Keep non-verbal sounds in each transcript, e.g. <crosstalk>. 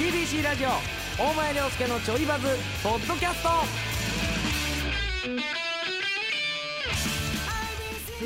ABC ラジオ大前涼介のちょいバズポッドキャスト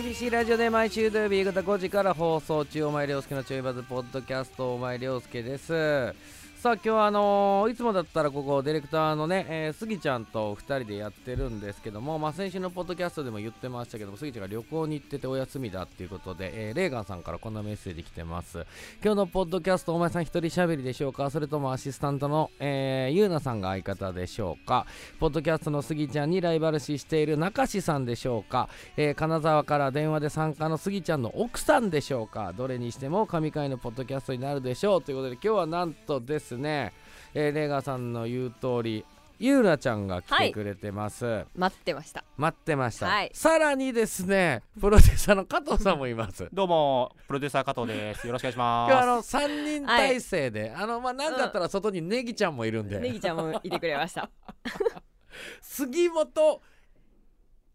ABC ラジオで毎週土曜日夕方5時から放送中大前涼介のちょいバズポッドキャスト大前涼介ですさあ今日はあのーいつもだったらここディレクターのね、えー、スギちゃんと2人でやってるんですけども、まあ、先週のポッドキャストでも言ってましたけどもスギちゃんが旅行に行っててお休みだっていうことで、えーレーガンさんからこんなメッセージ来てます今日のポッドキャストお前さん一人喋りでしょうかそれともアシスタントの、えー、ゆうなさんが相方でしょうかポッドキャストのスギちゃんにライバル視している中志さんでしょうか、えー金沢から電話で参加のスギちゃんの奥さんでしょうかどれにしても神回のポッドキャストになるでしょうということで今日はなんとですね、えーレーガーさんの言う通りゆうなちゃんが来てくれてます、待ってました待ってました、はいさらにですねプロデューサーの加藤さんもいますどうもプロデューサー加藤です。よろしくお願いし今日あまの3人体制で、あのまあなんだったら外にネギちゃんもいるんで、ネギちゃんもいてくれました杉本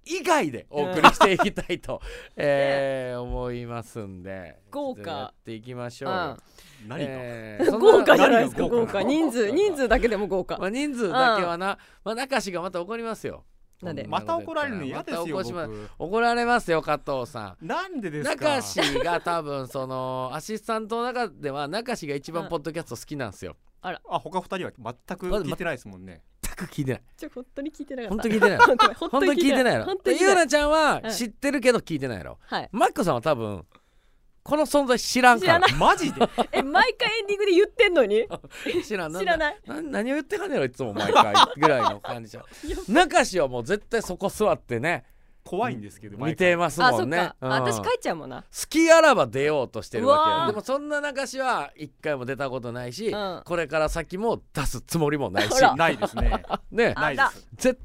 以外でお送りしていきたいと、 <laughs> えー思いますんで豪 <laughs> ちょ華っとやっていきましうょうよ、んす。何が、 <laughs> えーそんな豪華じゃないですか何が豪豪華 <laughs> 華人数人数だけでも豪ま華あ、人数だけはな、まあ、中志がまた怒りますよなんでこまことた怒られるの嫌ですよ。また怒しま僕怒られますよ加藤さんなんでですか中。志が多分そのアシスタントの中では中志が一う番んポッドキャスト好きなんですよあ他二人は全く聞いてないですもんね。全く聞いてないちょ本当に聞いてなか本っ当た聞いてない <laughs> 本当に本当に聞いてないやろ本当に聞いゆてうないなちゃんはうん知ってるけど聞いてないやろ、はいマックさんは多分この存在知らんから知マジで。え毎回エンディングで言ってんのに <laughs> 知らん知らいない何を言ってかねえろいつも毎回ぐらいの感じじゃん中志はもう絶対そこ座ってね怖いんですけど。見てますあもそっんねかあうん私帰っちゃうもんな好きあらば出ようとしてるわけうわよーでもそんな中志は一回も出たことないし、うんこれから先も出すつもりもないしほら毎回ないですね。ねあないです。絶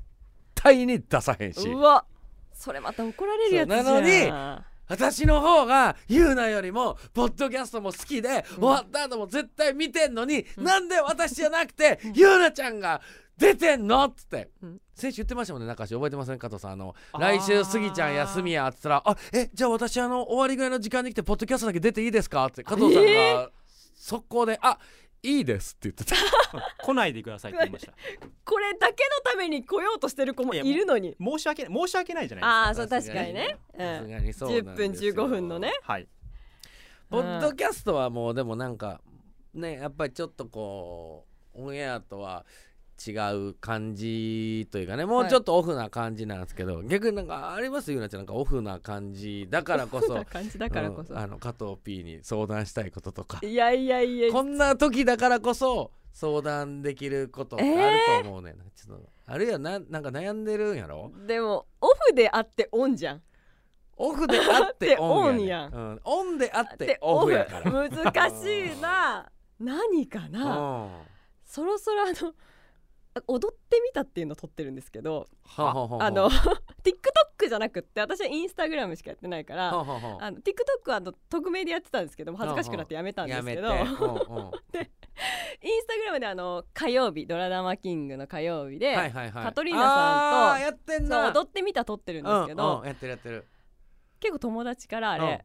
対に出さへんしうわそれまた怒られるやつじゃんそうな私の方がゆうなよりもポッドキャストも好きで、うん終わった後も絶対見てんのに、うんなんで私じゃなくて、うんゆうなちゃんが出てんのっつって、うん先週言ってましたもんね中志覚えてません加藤さんあのあー来週スギちゃん休みやっつったら「あえじゃあ私あの終わりぐらいの時間に来てポッドキャストだけ出ていいですか?」って加藤さんえが速攻で「あいいです」って言ってた来ないでくださいって言いました。これだけのために来ようとしてる子もいいやるのに <laughs> 申し訳申し訳ないじゃないああそそうう確確かかににねね、うさすん、がにそうな10ん分ですよ15分のねですか。はい。ポッドキャストはもうでもなんかねやっぱりちょっとこうオンエアとは違う感じというかねもうちょっとオフな感じなんですけど、逆になんかありますゆうなちゃんなんかオフな感じだからこそんそな感 <laughs> じだからこそ、うんあの加藤 P に相談したいこととかいやいやいやこんな時だからこそ相談できることってあると思うね、なんかちょっとあるいはななんか悩んでるんやろでもオフであってオンじゃんオフであっでてオンや,、オンやんうん、オンであってオフやからオフ難し <laughs> いな何かなうんそろそろあの踊ってみたっていうのを撮ってるんですけどはあははあの <laughs> TikTok じゃなくって私はインスタグラムしかやってないからははあの TikTok はあの匿名でやってたんですけども恥ずかしくなってやめたんですけどイやンめてうんうんスタグラムであの火曜日ドラダマキングの火曜日で、はいはいはいカトリーナさんとあーやってんそなう踊ってみた撮ってるんですけど、うんうんやってるやってる結構友達からあれ、うん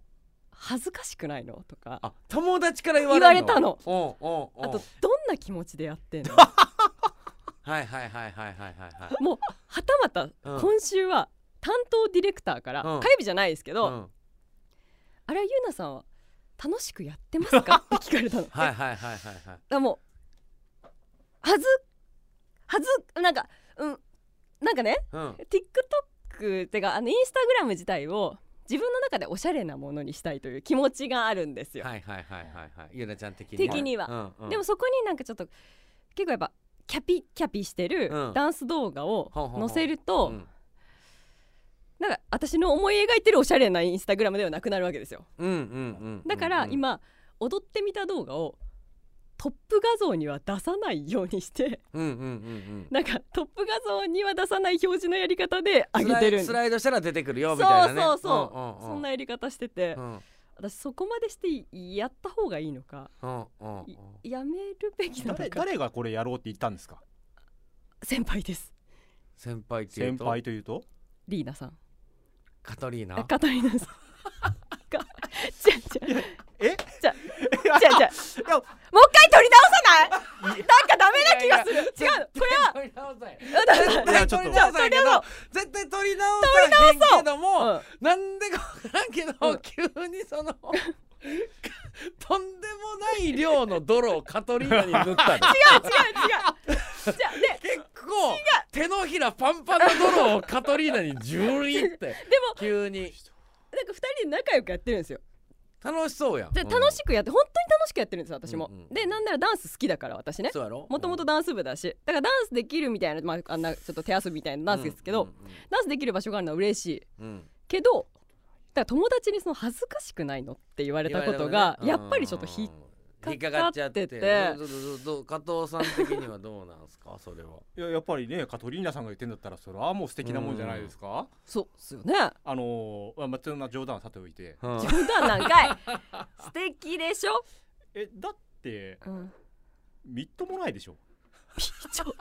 恥ずかしくないのとかあ友達から言わ言れわれたのうんうんうんあとどんな気持ちでやって <laughs> んのはいはいはいはいはいはいはいもうはたまたうん今週は担当ディレクターから、うん火曜日じゃないですけど、うんあれはゆうなさんは楽しくやってま <laughs> すかって聞かれたの。はいだかはいはいはいはいらもうはずはずなんかうんなんかねうん TikTok ってかあのインスタグラム自体を自分の中でおしゃれなものにしたいという気持ちがあるんですよ。はいはいはいはいはいゆなちゃん的には的にはうんうんでもそこになんかちょっと結構やっぱキャピキャピしてるうんダンス動画をほうほうほう載せると、うんなんか私の思い描いてるおしゃれなインスタグラムではなくなるわけですようんうんうんだから今、踊ってみた動画をトップ画像には出さないようにして <laughs> うんうんうんなんかトップ画像には出さない表示のやり方でうん上げてるんスですライドしたら出てくるよみたいなねそうそうんそんんそんなやり方してて、うん私そこまでしてやった方がいいのかうんうんうんいやめるべきなの誰か誰がこれやろうって言ったんですか。先輩です先輩っていう先と輩という <laughs> と。リーナさんカトリーナあカトリーナさん <laughs> かじゃじゃえ？じゃじゃじゃいやもう一回取り直さないなんか <laughs> その <laughs> とんでもない量の泥をカトリーナに塗 <laughs> ったの違う違うじゃあで結構手のひらパンパンの泥をカトリーナにジュリーって <laughs> でも急になんか二人で仲良くやってるんですよ楽しそうやんでうん楽しくやって本当に楽しくやってるんです私も、うんうんでなんならダンス好きだから私ねそうやろもともとダンス部だしだからダンスできるみたいな、まあ、あんなちょっと手遊びみたいなダンスですけど、ダンスできる場所があるのは嬉しいうんうんうんけどだから友達にその恥ずかしくないのって言われたこ言わとが、れたやことねっぱりちょっとうんひ引っかかっちゃって引っかかってどうどうどうどう加藤さん的にはどうなんすかそれはいややっぱりねカトリーナさんが言ってんだったらそれはもう素敵なもんじゃないですかそうっすよねあのーまあまあそんな冗談はさておいてうん冗談な <laughs> んかい素敵でしょ、えだってうん、みっともないでしょちょみ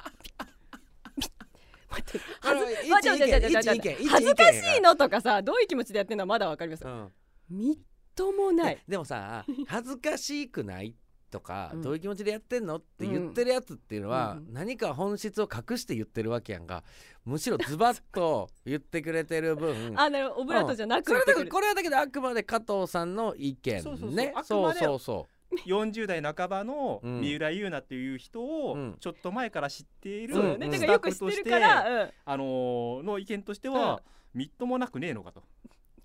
み <laughs> 待ってあの恥ず一待って待って待一意見って待って一意見恥ずかしいのとかさどういう気持ちでやってるのはまだわかりますうんみっともないででもさ恥ずかしくないとか、うんどういう気持ちでやってんのって言ってるやつっていうのは、うん何か本質を隠して言ってるわけやんかむしろズバッと言ってくれてる分 <laughs> あなるほどオブラートじゃなくそれてだくけるどこれはだけどあくまで加藤さんの意見そうそうそうねあくそうまでそうそ40代半ばのうん三浦優奈っていう人うをんちょっと前から知っているそうよねうんてスかタよッくフ知っとてしるてから、うんあのーの意見としてはみっともなくねえのかと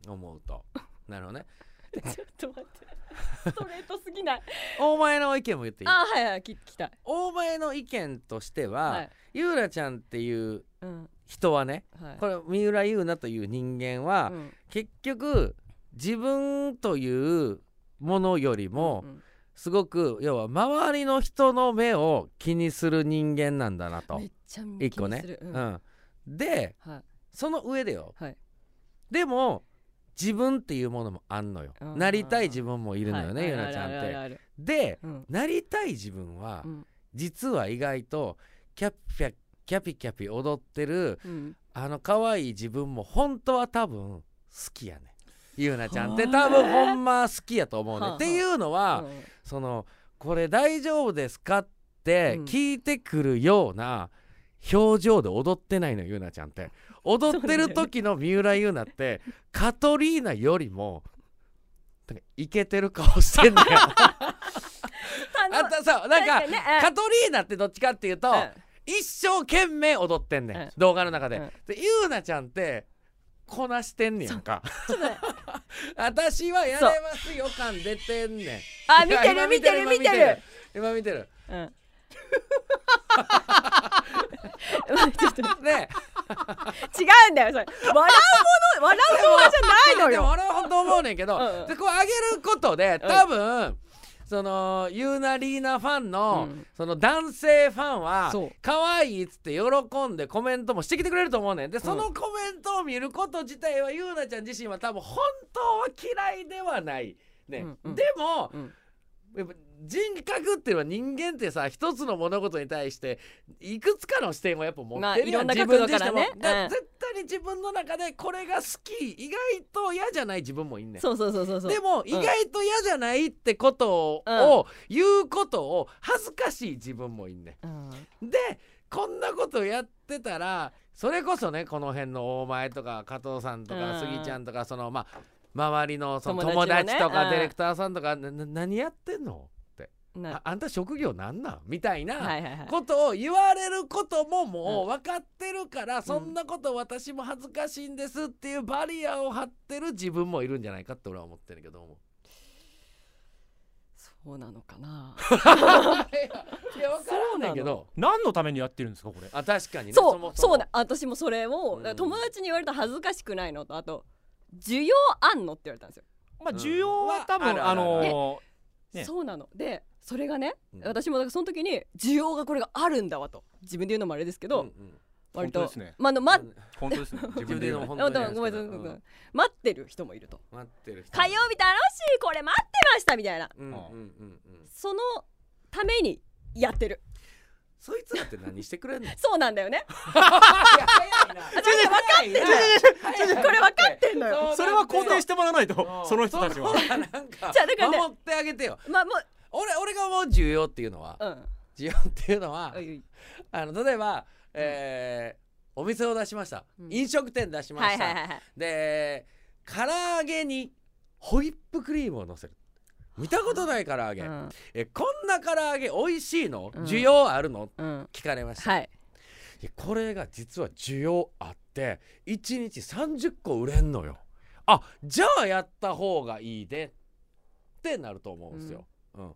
う思うとなるほどね <laughs> ちょっと待ってストレートすぎない大前の意見も言っていいあはいはい聞きたい大前の意見としては、はいゆうらちゃんっていううん人はねはいこれ三浦優奈という人間は、うん結局自分というものよりもうんすごく要は周りの人の目を気にする人間なんだなとめっ。ちゃ一個ね気にする、ううんん、ではいその上でよはいでも自分っていうものもあんのようんなりたい自分もいるのよねはいゆなちゃんあっるて。あるあるあるでうんなりたい自分はうん実は意外とキャピキャキャピキャピ踊ってるうんあの可愛い自分も本当は多分好きやねんゆうなちゃんって多分ほんま好きやと思うねはあんはあっていうのは、うんそのこれ大丈夫ですかってうん聞いてくるような表情で踊ってないのゆうなちゃんって踊ってる時の三浦優奈ってカトリーナよりもなんかイケてる顔して <laughs> んだよあのあんたさなんか確にねうんカトリーナってどっちかっていうと、一生懸命踊ってんねん、うん動画の中で、うんでゆうなちゃんってこなしてんねやんかうん <laughs> 私はやれますよ感出てんねんあ見いやて今る見てる見てる今見てるうん <laughs> ちょっと今見てるね違うんだよそれ笑うもの笑う動画じゃないのでもよ俺は本当思うねんけどうんうんでこう上げることでうん多分、そのユーナリーナファンの、うんその男性ファンはそう可愛いっつって喜んでコメントもしてきてくれると思うねんでそのコメントを見ること自体はユーナちゃん自身は多分本当は嫌いではないね、うんうんでも、うんやっぱ人格っていうのは人間ってさ一つの物事に対していくつかの視点をやっぱ持っまあてるいやろん、んな自分角度からね自身もだうん絶対に自分の中でこれが好き意外と嫌じゃない自分もいんねんそうそうそうそうそうでも意外と嫌じゃないってことを,、うん言うことを恥ずかしい自分もいんねうんんでこんなことやってたらそれこそねこの辺の大前とか加藤さんとかうん杉ちゃんとかそのまあ周りのその友友達もね達とうかんディレクターさんとか、なな何やってんのってなああんた職業なんなんみたいはないはいはいことを言われることももうう分かってるから、そんなこと私も恥ずかしいんですっていうバリアを張ってる自分もいるんじゃないかって俺は思ってるけ <laughs> ども。そうなのかないや分からんねんけそうなど何のためにやってるんですかこれあ確かにね <laughs> そうももそうだ私もそれを、うんだから友達に言われたら恥ずかしくないのとあと需要あんのって言われたんですよ、まあうん需要は多分、あるあるあのねそうなのでそれがね、うん私もだからその時に需要がこれがあるんだわと自分で言うのもあれですけど、うんうんー割と本当ですねまああのまうん本当ですね自 <laughs> 自分分でで言うの言うの本当にあであれもごめんですけどうなさいごめんなさんい待ってる人もいると待ってる人火曜日楽しいこれ待ってましたみたいなうんうんうんうんそのためにやってるそいつらって何してくれんのいやそうなんだよね早い <laughs> な私分かってんのよこれ分かってんのよそうそれは肯定してもらわないうんとその人たちはそうだなんかじゃあだからね守ってあげてよまあも俺俺が思う重要っていうのはううん重要っていうのはおいおいあの例えばえーお店を出しましたうん飲食店出しまはしいはいはたいはいで唐揚げにホイップクリームをのせる見たことない唐揚げ、うんえこんな唐揚げ美味しいのうん需要あるの、うん聞かれました、はいいやこれが実は需要あって1日30個売れんのよあじゃあやった方がいいでってなると思うんですよ、うん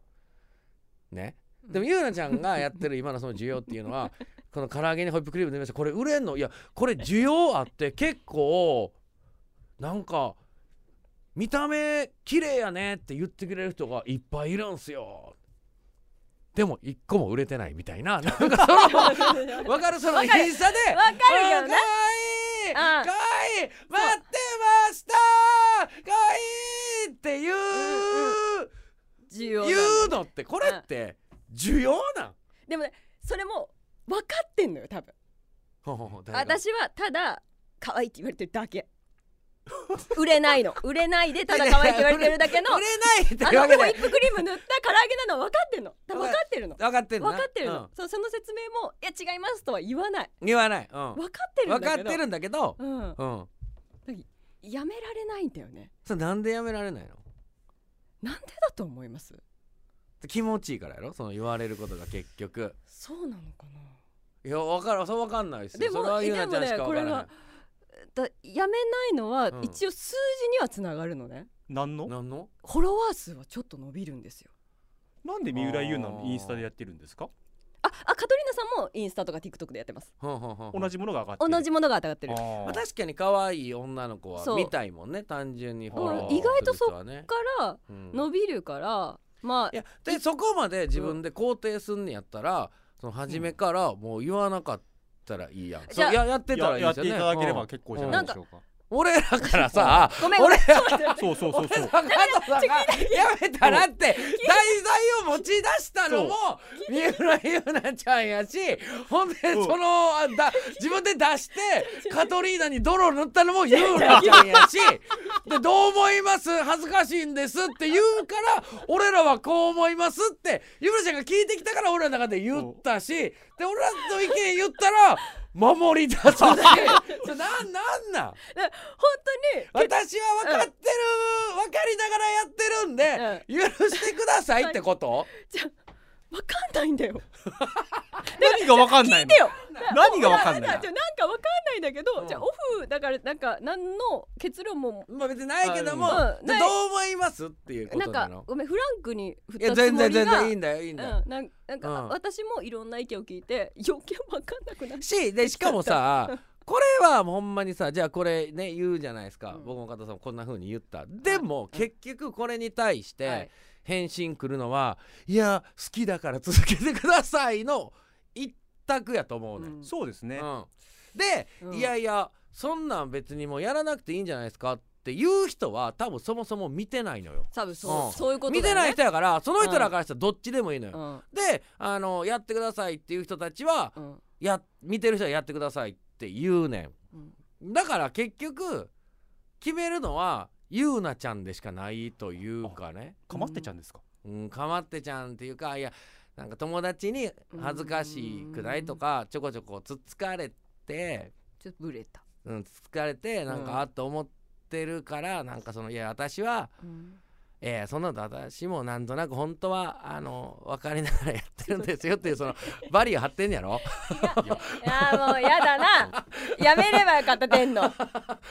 ねうんでもゆうなちゃんがやってる今のその需要っていうの <laughs> はこの唐揚げにホイップクリームでましたこれ売れんのいやこれ需要あって結構なんか見た目綺麗やねって言ってくれる人がいっぱいいるんすよでも一個も売れてないみたいななんかそのわかるそのわかる必殺でわかるけどあーかなわいいうんかわいい待ってましたかわいいって言う需要なん <laughs> 言だうのってこれって需要なんでもねそれも分かってんのよ多分ほほほ誰が私はただ可愛いって言われてるだけ売れないの売れないでただ可愛いって言われてるだけの <laughs> 売れないってあわのけホイッでプクリーム塗った唐揚げ <laughs> なのは分かってんの多分分かってるの分かってる分かってるの、そうその説明も「いや違います」とは言わない言わない、うん、分かってるんだ分けどかってるんだけど、うん、うん、やめられないんだよねそれなんでやめられないのなんでだと思います気持ちいいからやろその言われることが結局そうなのかないや分からんそう分かんないですよでもそれはゆうなちゃんしかで分かもねこれらながいだやめないのはうん一応数字にはつながるのね、なんの何の <laughs> フォロワー数はちょっと伸びるんですよなんで三浦優奈のインスタでやってるんですかああカトリーナさんもインスタとか TikTok でやってますほんほんほんほん同じものが上がって同るじものが上がってるあだかまあ、ー確かに可愛い女の子はそう見たいもんね単純にだからフォロー意外とそっする人はねらうん伸びるからまいあやでそこまで自分で肯定すんねやったらその初めからもう言わなかったらいいやん、じそゃあうややってたらいいやでっすてよねいただけれうばん結構じゃないでしょうか俺らから <laughs> さごめんごめ俺んちょっと待ってそうそうそう俺そうら加藤さんがやめたらって題材を持ち出したのも三浦優奈ちゃんやしほんでうんそのあだ自分で出 <laughs> してカトリーナに泥を塗ったのも優奈ちゃんやしでどう思います恥ずかしいんですって言うから俺らはこう思いますって優奈ちゃんが聞いてきたから俺らの中で言ったしで俺らの意見言ったら守り出 <laughs> すしそれなんなんなん本私は分かってる、分かりながらやってるんで、許してくださいってこと当にじゃわかんないんだよ何がわかんないのてよ何がわかんななんいかなんかわかんないんだけど、うんじゃあオフだからなんか何の結論もまあ別にないけども、うんうんでないどう思いますっていうこなとんなかのごめんフランクに振っいやたつ全も然り全が然いいんだよいいんだよ、うん、なんなんか、うん私もいろんな意見を聞いて <laughs> 余計わかんなくなっちしでしかもさ <laughs> これはほんまにさじゃあこれね言うじゃないですか、うん僕も加藤さんもこんな風に言ったでも、結局これに対しゃうはてい返信来るのは「いや好きだから続けてください」の一択やと思うね、うんそうですねうん、で、うんいやいやそんなん別にもうやらなくていいんじゃないですかっていう人は多分そもそも見てないのよ。多分そう,、うんそういうことだ見よねてない人やからその人らからしたらどっちでもいいのよ。うんであのやってくださいっていう人たちはうんや見てる人はやってくださいって言うねうんん。だから結局決めるのはゆうなちゃんでしかないというかね。かまってちゃんですかうん、かまってちゃんっていうかいやなんか友達に恥ずかしくないとかちょこちょこつっつかれて。ちょっとブレた、うん、疲れてなんうんかあっと思ってるから、なんかそのいや私は、 <laughs> うんえーそんなの私もなんとなく本当はあの分かりながらやってるんですよっていうそのバリア張ってんやろいやーもうやだなやめればよかった <laughs> 天の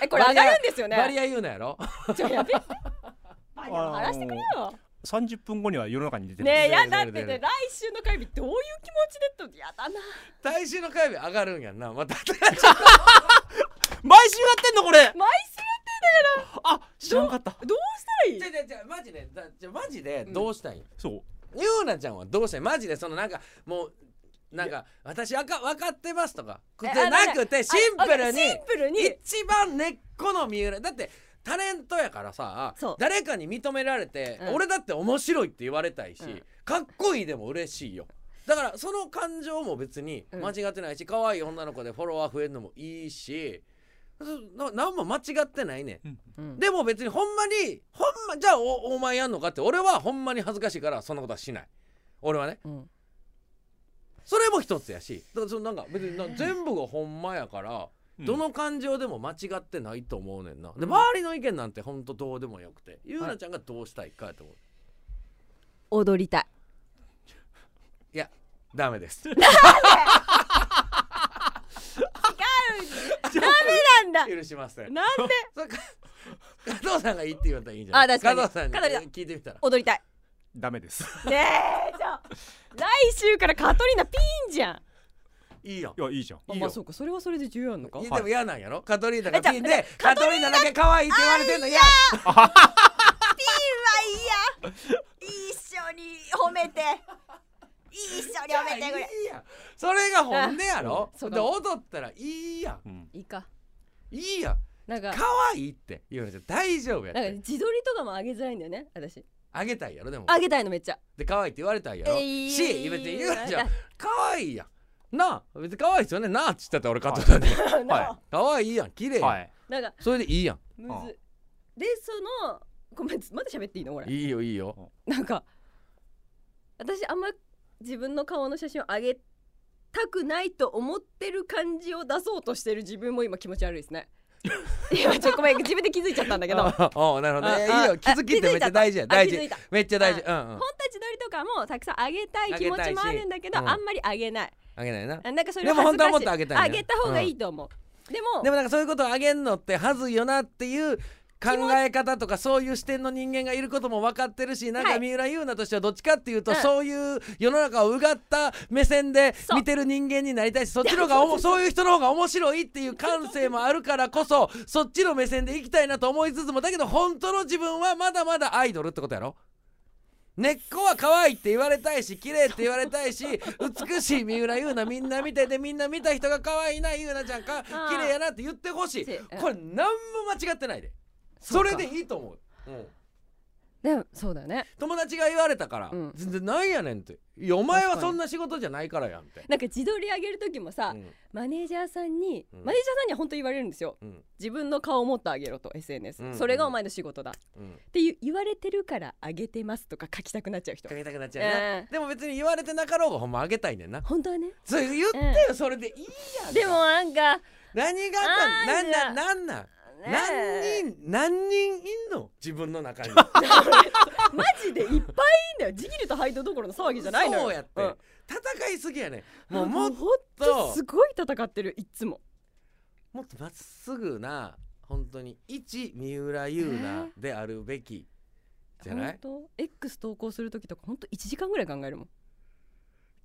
えこれ上がるんですよバリねア言うのやろちょやめてあ荒らしてくれよ <laughs> 三十分後には世の中に出てるねえ出るやだって出る出ねる来週の会日どういう気持ちでとやだな大衆の火曜日上がるんやんなまた毎週やってんのこれ毎週やってんだかあ知らんかったらどうしちたゃらいいちゃちゃマジでだじゃマジでどうしたいん、そうゆうなちゃんはどうしたいマジでそのなんかもうなんか私あか分かってますとかえじゃなくてあシンプルにあシンプルに一番根っこの三浦だってタレントやからさそう誰かに認められて、うん俺だって面白いって言われたいし、うんかっこいいでも嬉しいよだからその感情も別にうん間違ってないし、可愛い女の子でフォロワー増えるのもいいしそな何も間違ってないねんうんでも別にほんまにほんまじゃあおお前やんのかって俺はほんまに恥ずかしいからそんなことはしない俺はねうんそれも一つやしだからそのなんか別にな全部がほんまやからうんどの感情でも間違ってないと思うねんな、で周りの意見なんてほんとどうでもよくてゆうなちゃんがどうしたいかやと思う、踊りたいい、やダメです <laughs> なんだ許しませんなんでそっか加藤さんがいいって言われたらいいんじゃないあ確かに加藤さんに加藤さん聞いてみたら踊りたいダメです。 <laughs> ねえちょ来週からカトリーナピンじゃんいいよいやいいじゃん。あいいまよあそうかそれはそれで重要なのかいやはいでも嫌なんやろカトリーナえがじゃあピンでカトリーナだけ可愛いって言われてんの嫌いや一緒に褒めて一緒にいやいいやんそれが本音やろあそうかで踊ったらいいやうん。いいかんいいやんなんか可愛いって言うのじゃ大丈夫やっなんかて自撮りとかも上げづらいんだよね私あげたいやろでも上げたいのめっちゃで可愛いって言われたいやろえーし別に言うなち <laughs> ゃんい可愛いやんなあ別に可愛いですよねなあっつったって俺加藤さんでは可愛いやん綺麗やんい。なんかそれでいいやんむずでそのごめんまだ喋っていいのこれいいよいいよなんか私あんま自分の顔の写真を上げたくないと思ってる感じを出そうとしてる自分も今気持ち悪いで <laughs> すねいやちょごめん自分で気づいちゃったんだけどあああなるほどねいあいよ気づきってめっちゃ大事や気大づ事いためっちゃ大事うんうん本当は自撮りとかもたくさん上げたい気持上ちげたもいしあるんだけど、うんあんまり上げないあげないなあなんかそれでも本恥当ずはかしいもっとあげたいね上げた方がいいと思う、でもでもなんかそういうことをあげんのってはずいよなっていう考え方とかそういう視点の人間がいることも分かってるしなんはかい三浦優奈としてはどっちかっていうと、うんそういう世の中をうがった目線でそう見てる人間になりたいしそっちの方が <laughs> おもそういう人の方が面白いっていう感性もあるからこそそっちの目線でいきたいなと思いつつもだけど本当の自分はまだまだアイドルってことやろ根っこは可愛いって言われたいし綺麗って言われたいし美しい三浦優奈みんな見ててみんな見た人が可愛いな優奈ちゃんかー綺麗やなって言ってほしいせこれ何も間違ってないでそそうれかでいいと思う、うんでもそうだね友達が言われたからうん全然なんやねんっていやお前は確かにそんな仕事じゃないからやんってなんか自撮り上げる時もさ、うんマネージャーさんに、うんマネージャーさんには本当言われるんですようん自分の顔をもっと上げろと SNS、うんそれがお前の仕事だっうんて言う言われてるから上げてますとか書きたくなっちゃう人かけたくなっちゃうな、うんでも別に言われてなかろうがほんまあげたいねんな本当はねそれ言ってよ、それでいいやんでもなんか、ね何があーなんじゃなあんなんなんえ何人何人いんの自分の <laughs> 中にマジでいっぱいいんだよジギルとハイドどころの騒ぎじゃないのよそうやって、うん戦いすぎやねも <laughs> もううもっもうほんととすごい戦ってるいつももっとまっすぐな本当に一三浦優奈であるべきじゃない、本当 X 投稿する時とか本当1時間ぐらい考えるもん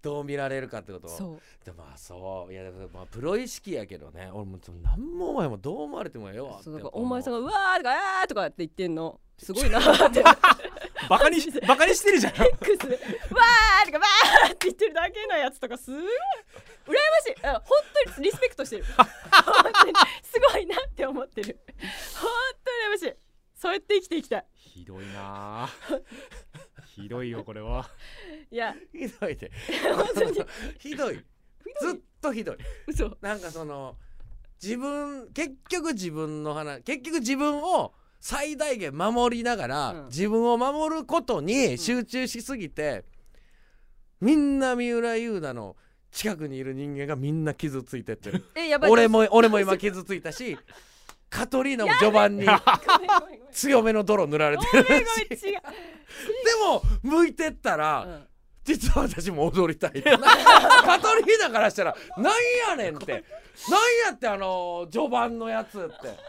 どう見られるかってことそうでもまあそういやでもまあプロ意識やけどね俺もうその何もお前もどう思われてもええわそうってだからお前さんがが「うわ!」とか「あー!」とかって言ってんのすごいなーって X バカにバカにしてるじゃん。 「わー!」とか「わー!」って言ってるだけのやつとかすごい羨ましいあ本当にリスペクトしてる本当にすごいなって思ってる本当に羨ましいそうやって生きていきたいひどいなあ。ひどいよこれは。いや <laughs> ひどいで <laughs> 本当に <laughs> ひどいずっとひどい嘘なんかその自分結局自分の話結局自分を最大限守りながら、うん自分を守ることに集中しすぎて、みんな三浦優奈の近くにいる人間がみんな傷ついてってるえやばい俺も俺も今傷ついたしカトリーナも序盤にごめんごめんごめん強めの泥塗られてるごめんごめん違うでも向いてったら、うん実は私も踊りたいカトリーナからしたらなんやねん <laughs> ってなんやってあの序盤のやつっ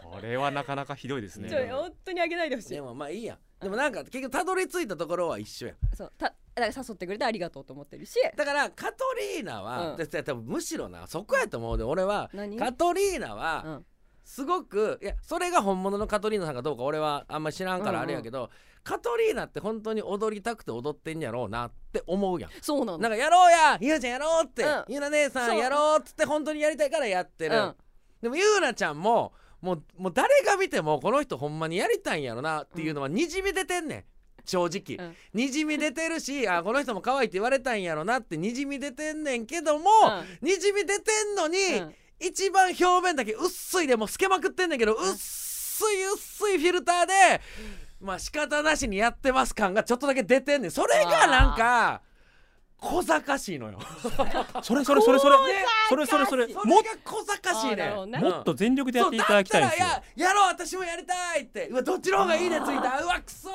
これはなかなかひどいですね。ちょ本当にあげないでほしていでもまあいいやでもなんか結局たどり着いたところは一緒やそうただから誘ってくれてありがとうと思ってるしだからカトリーナは、うんでで多分むしろなそこやと思うで俺は何カトリーナは、うんすごくいやそれが本物のカトリーナさんかどうか俺はあんま知らんからあれやけど、カトリーナって本当に踊りたくて踊ってんやろうなって思うやんそうなのなんかやろうやゆうちゃんやろうって、うんゆうな姉さそんうやろうっつって本当にやりたいからやってる、うんでもゆうなちゃんももうもう誰が見てもこの人ほんまにやりたいんやろなっていうのはにじみ出てんねん正直、うんにじみ出てるしあこの人も可愛いって言われたんやろなってにじみ出てんねんけども、にじみ出てんのに、うん一番表面だけ薄いでもう透けまくってんだけど薄い薄いフィルターでまあ仕方なしにやってます感がちょっとだけ出てんねんそれがなんか小賢しいのよそれそれそれそれそれそれそれ小そもれが小賢しいあーなねるほどねうんももっと全力でやそっうていただきたいだんっですたよらややろう私もやりたいってうわどっちの方がいいねついたうわくそ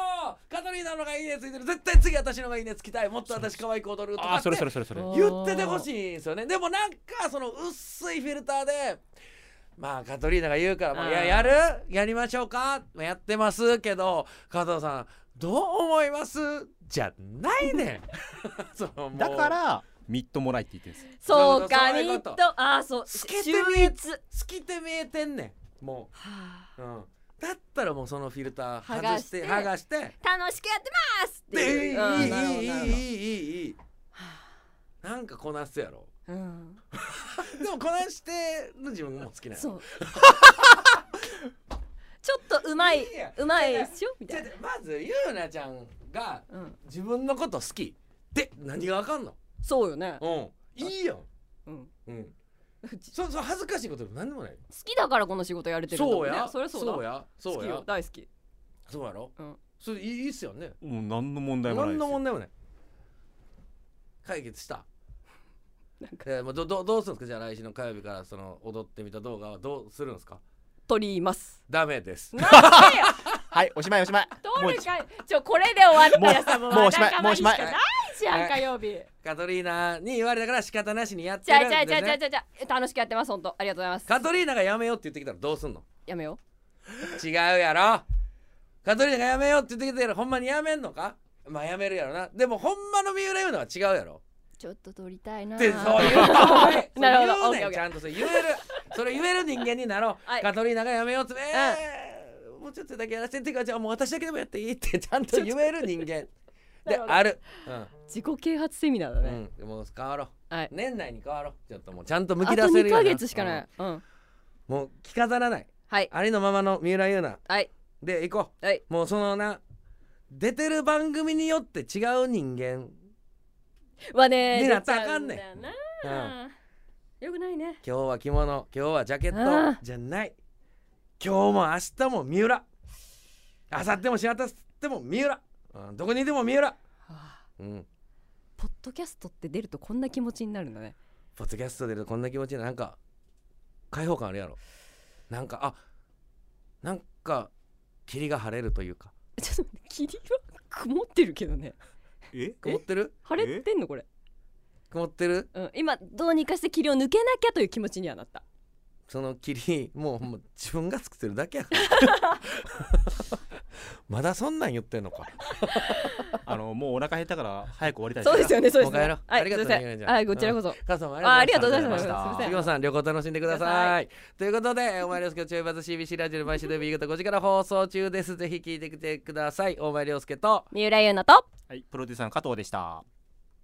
カトリーナの方がいいねついてる絶対次私の方がいいねつきたいもっと私可愛く踊るとあかあっそれそてれそれそれあー言っててほしいんですよねでもなんかその薄いフィルターでまあカトリーナが言うから「まあ、いやあーやるやりましょうか?」まあやってますけど加藤さんどう思いますじゃないねん <laughs> そのもうだからミッドもらいって言ってるんですそうそうかそうミいうこッとドあーそう透けて秀見え逸は好きって見えてんねんもあう、うん、だったらもうそのフィルター剥外がししてて剥がして楽しくやってますってでいいいいいいいいいううんなるほどなるほいいいどいいいなんかこなすやろうんでもこなしてる自分も好きなんやそうちょっとうまいいやうまいでしょみたじゃいなあまずゆうなちゃんがうん自分のこと好きで何がわかんのそうよねうんいいやんうんうんうちそそう恥ずかしいことでも何でもない好きだからこの仕事やれてるんだもそんうねやそりゃそうだや好そきうやよ大好きそうやろうんそれいいいいっすよねもう何の問題もない何ですのよ問題もない解決したなんかえーまあどどどうするんですかじゃあ来週の火曜日からその踊ってみた動画はどうするんですか撮りますダメですなんでよはいおしまいおしまいも撮うる一かいちょこれで終わったらさもうもうもうおしまいわだかもうおしまいりしかないじゃん火曜日カトリーナに言われたから仕方なしにやってじゃるんあです、じゃねあ、じゃあじゃあじゃあじゃあ楽しくやってます本当ありがとうございますカトリーナがやめようって言ってきたらどうすんのやめよ違うやろカトリーナがやめようって言ってきたらほんまにやめんのかまあやめるやろなでもほんまの三浦言うのは違うやろうちょっと撮りたいなってそう <laughs> いうことねなるほそう言うどねん OKOK ちゃんとそれ言えるそれ言える人間になろう、はいカトリーナがやめようってえーもうちょっとだけやらせてっていうかじゃあもう私だけでもやっていいってちゃんと言える人間でなるほどあるうん自己啓発セミナーだね、うん、もう変わろう、はい年内に変わろうちょっともうちゃんとむあき出とせる2ようなヶ月しかない、うん、うんもう着飾らないはいありのままの三浦優奈はいで行こはいうもうそのな出てる番組によって違う人間、はねになったらあかんねん出ちゃうんだようん、今なよくないね日は着物今日はジャケあッあトじゃない今日も明日も三浦明後日もしあたっても三浦、うん、どこにいても三浦、うん、ポッドキャストって出るとこんな気持ちになるんだね <laughs> ポッドキャストでこんな気持ちいいななんか開放感あるやろなんかあなんか霧が晴れるというかちょっと待って霧は曇ってるけどねえ曇ってる晴れてんのこれ、曇ってるうん、今どうにかして霧を抜けなきゃという気持ちにはなったその霧もうもう自分が作ってるだけやから <laughs> まだそんなん言ってんのかあのもうお腹減ったから早く終わりたいそうですよねそもうでうす帰ろねうはいありがとうすいまみゆせりちんゃんはいこちらこそ母さんもああありりががとうとうごござざいいまましすたすいません杉本さん旅行楽しんでくだくだささいということで大前涼介のちょいバズ CBC ラジオの毎週土曜日夕方5時から放送中ですぜひ聞いてきてください大前涼介と三浦優奈とはいプロデューサーの加藤でした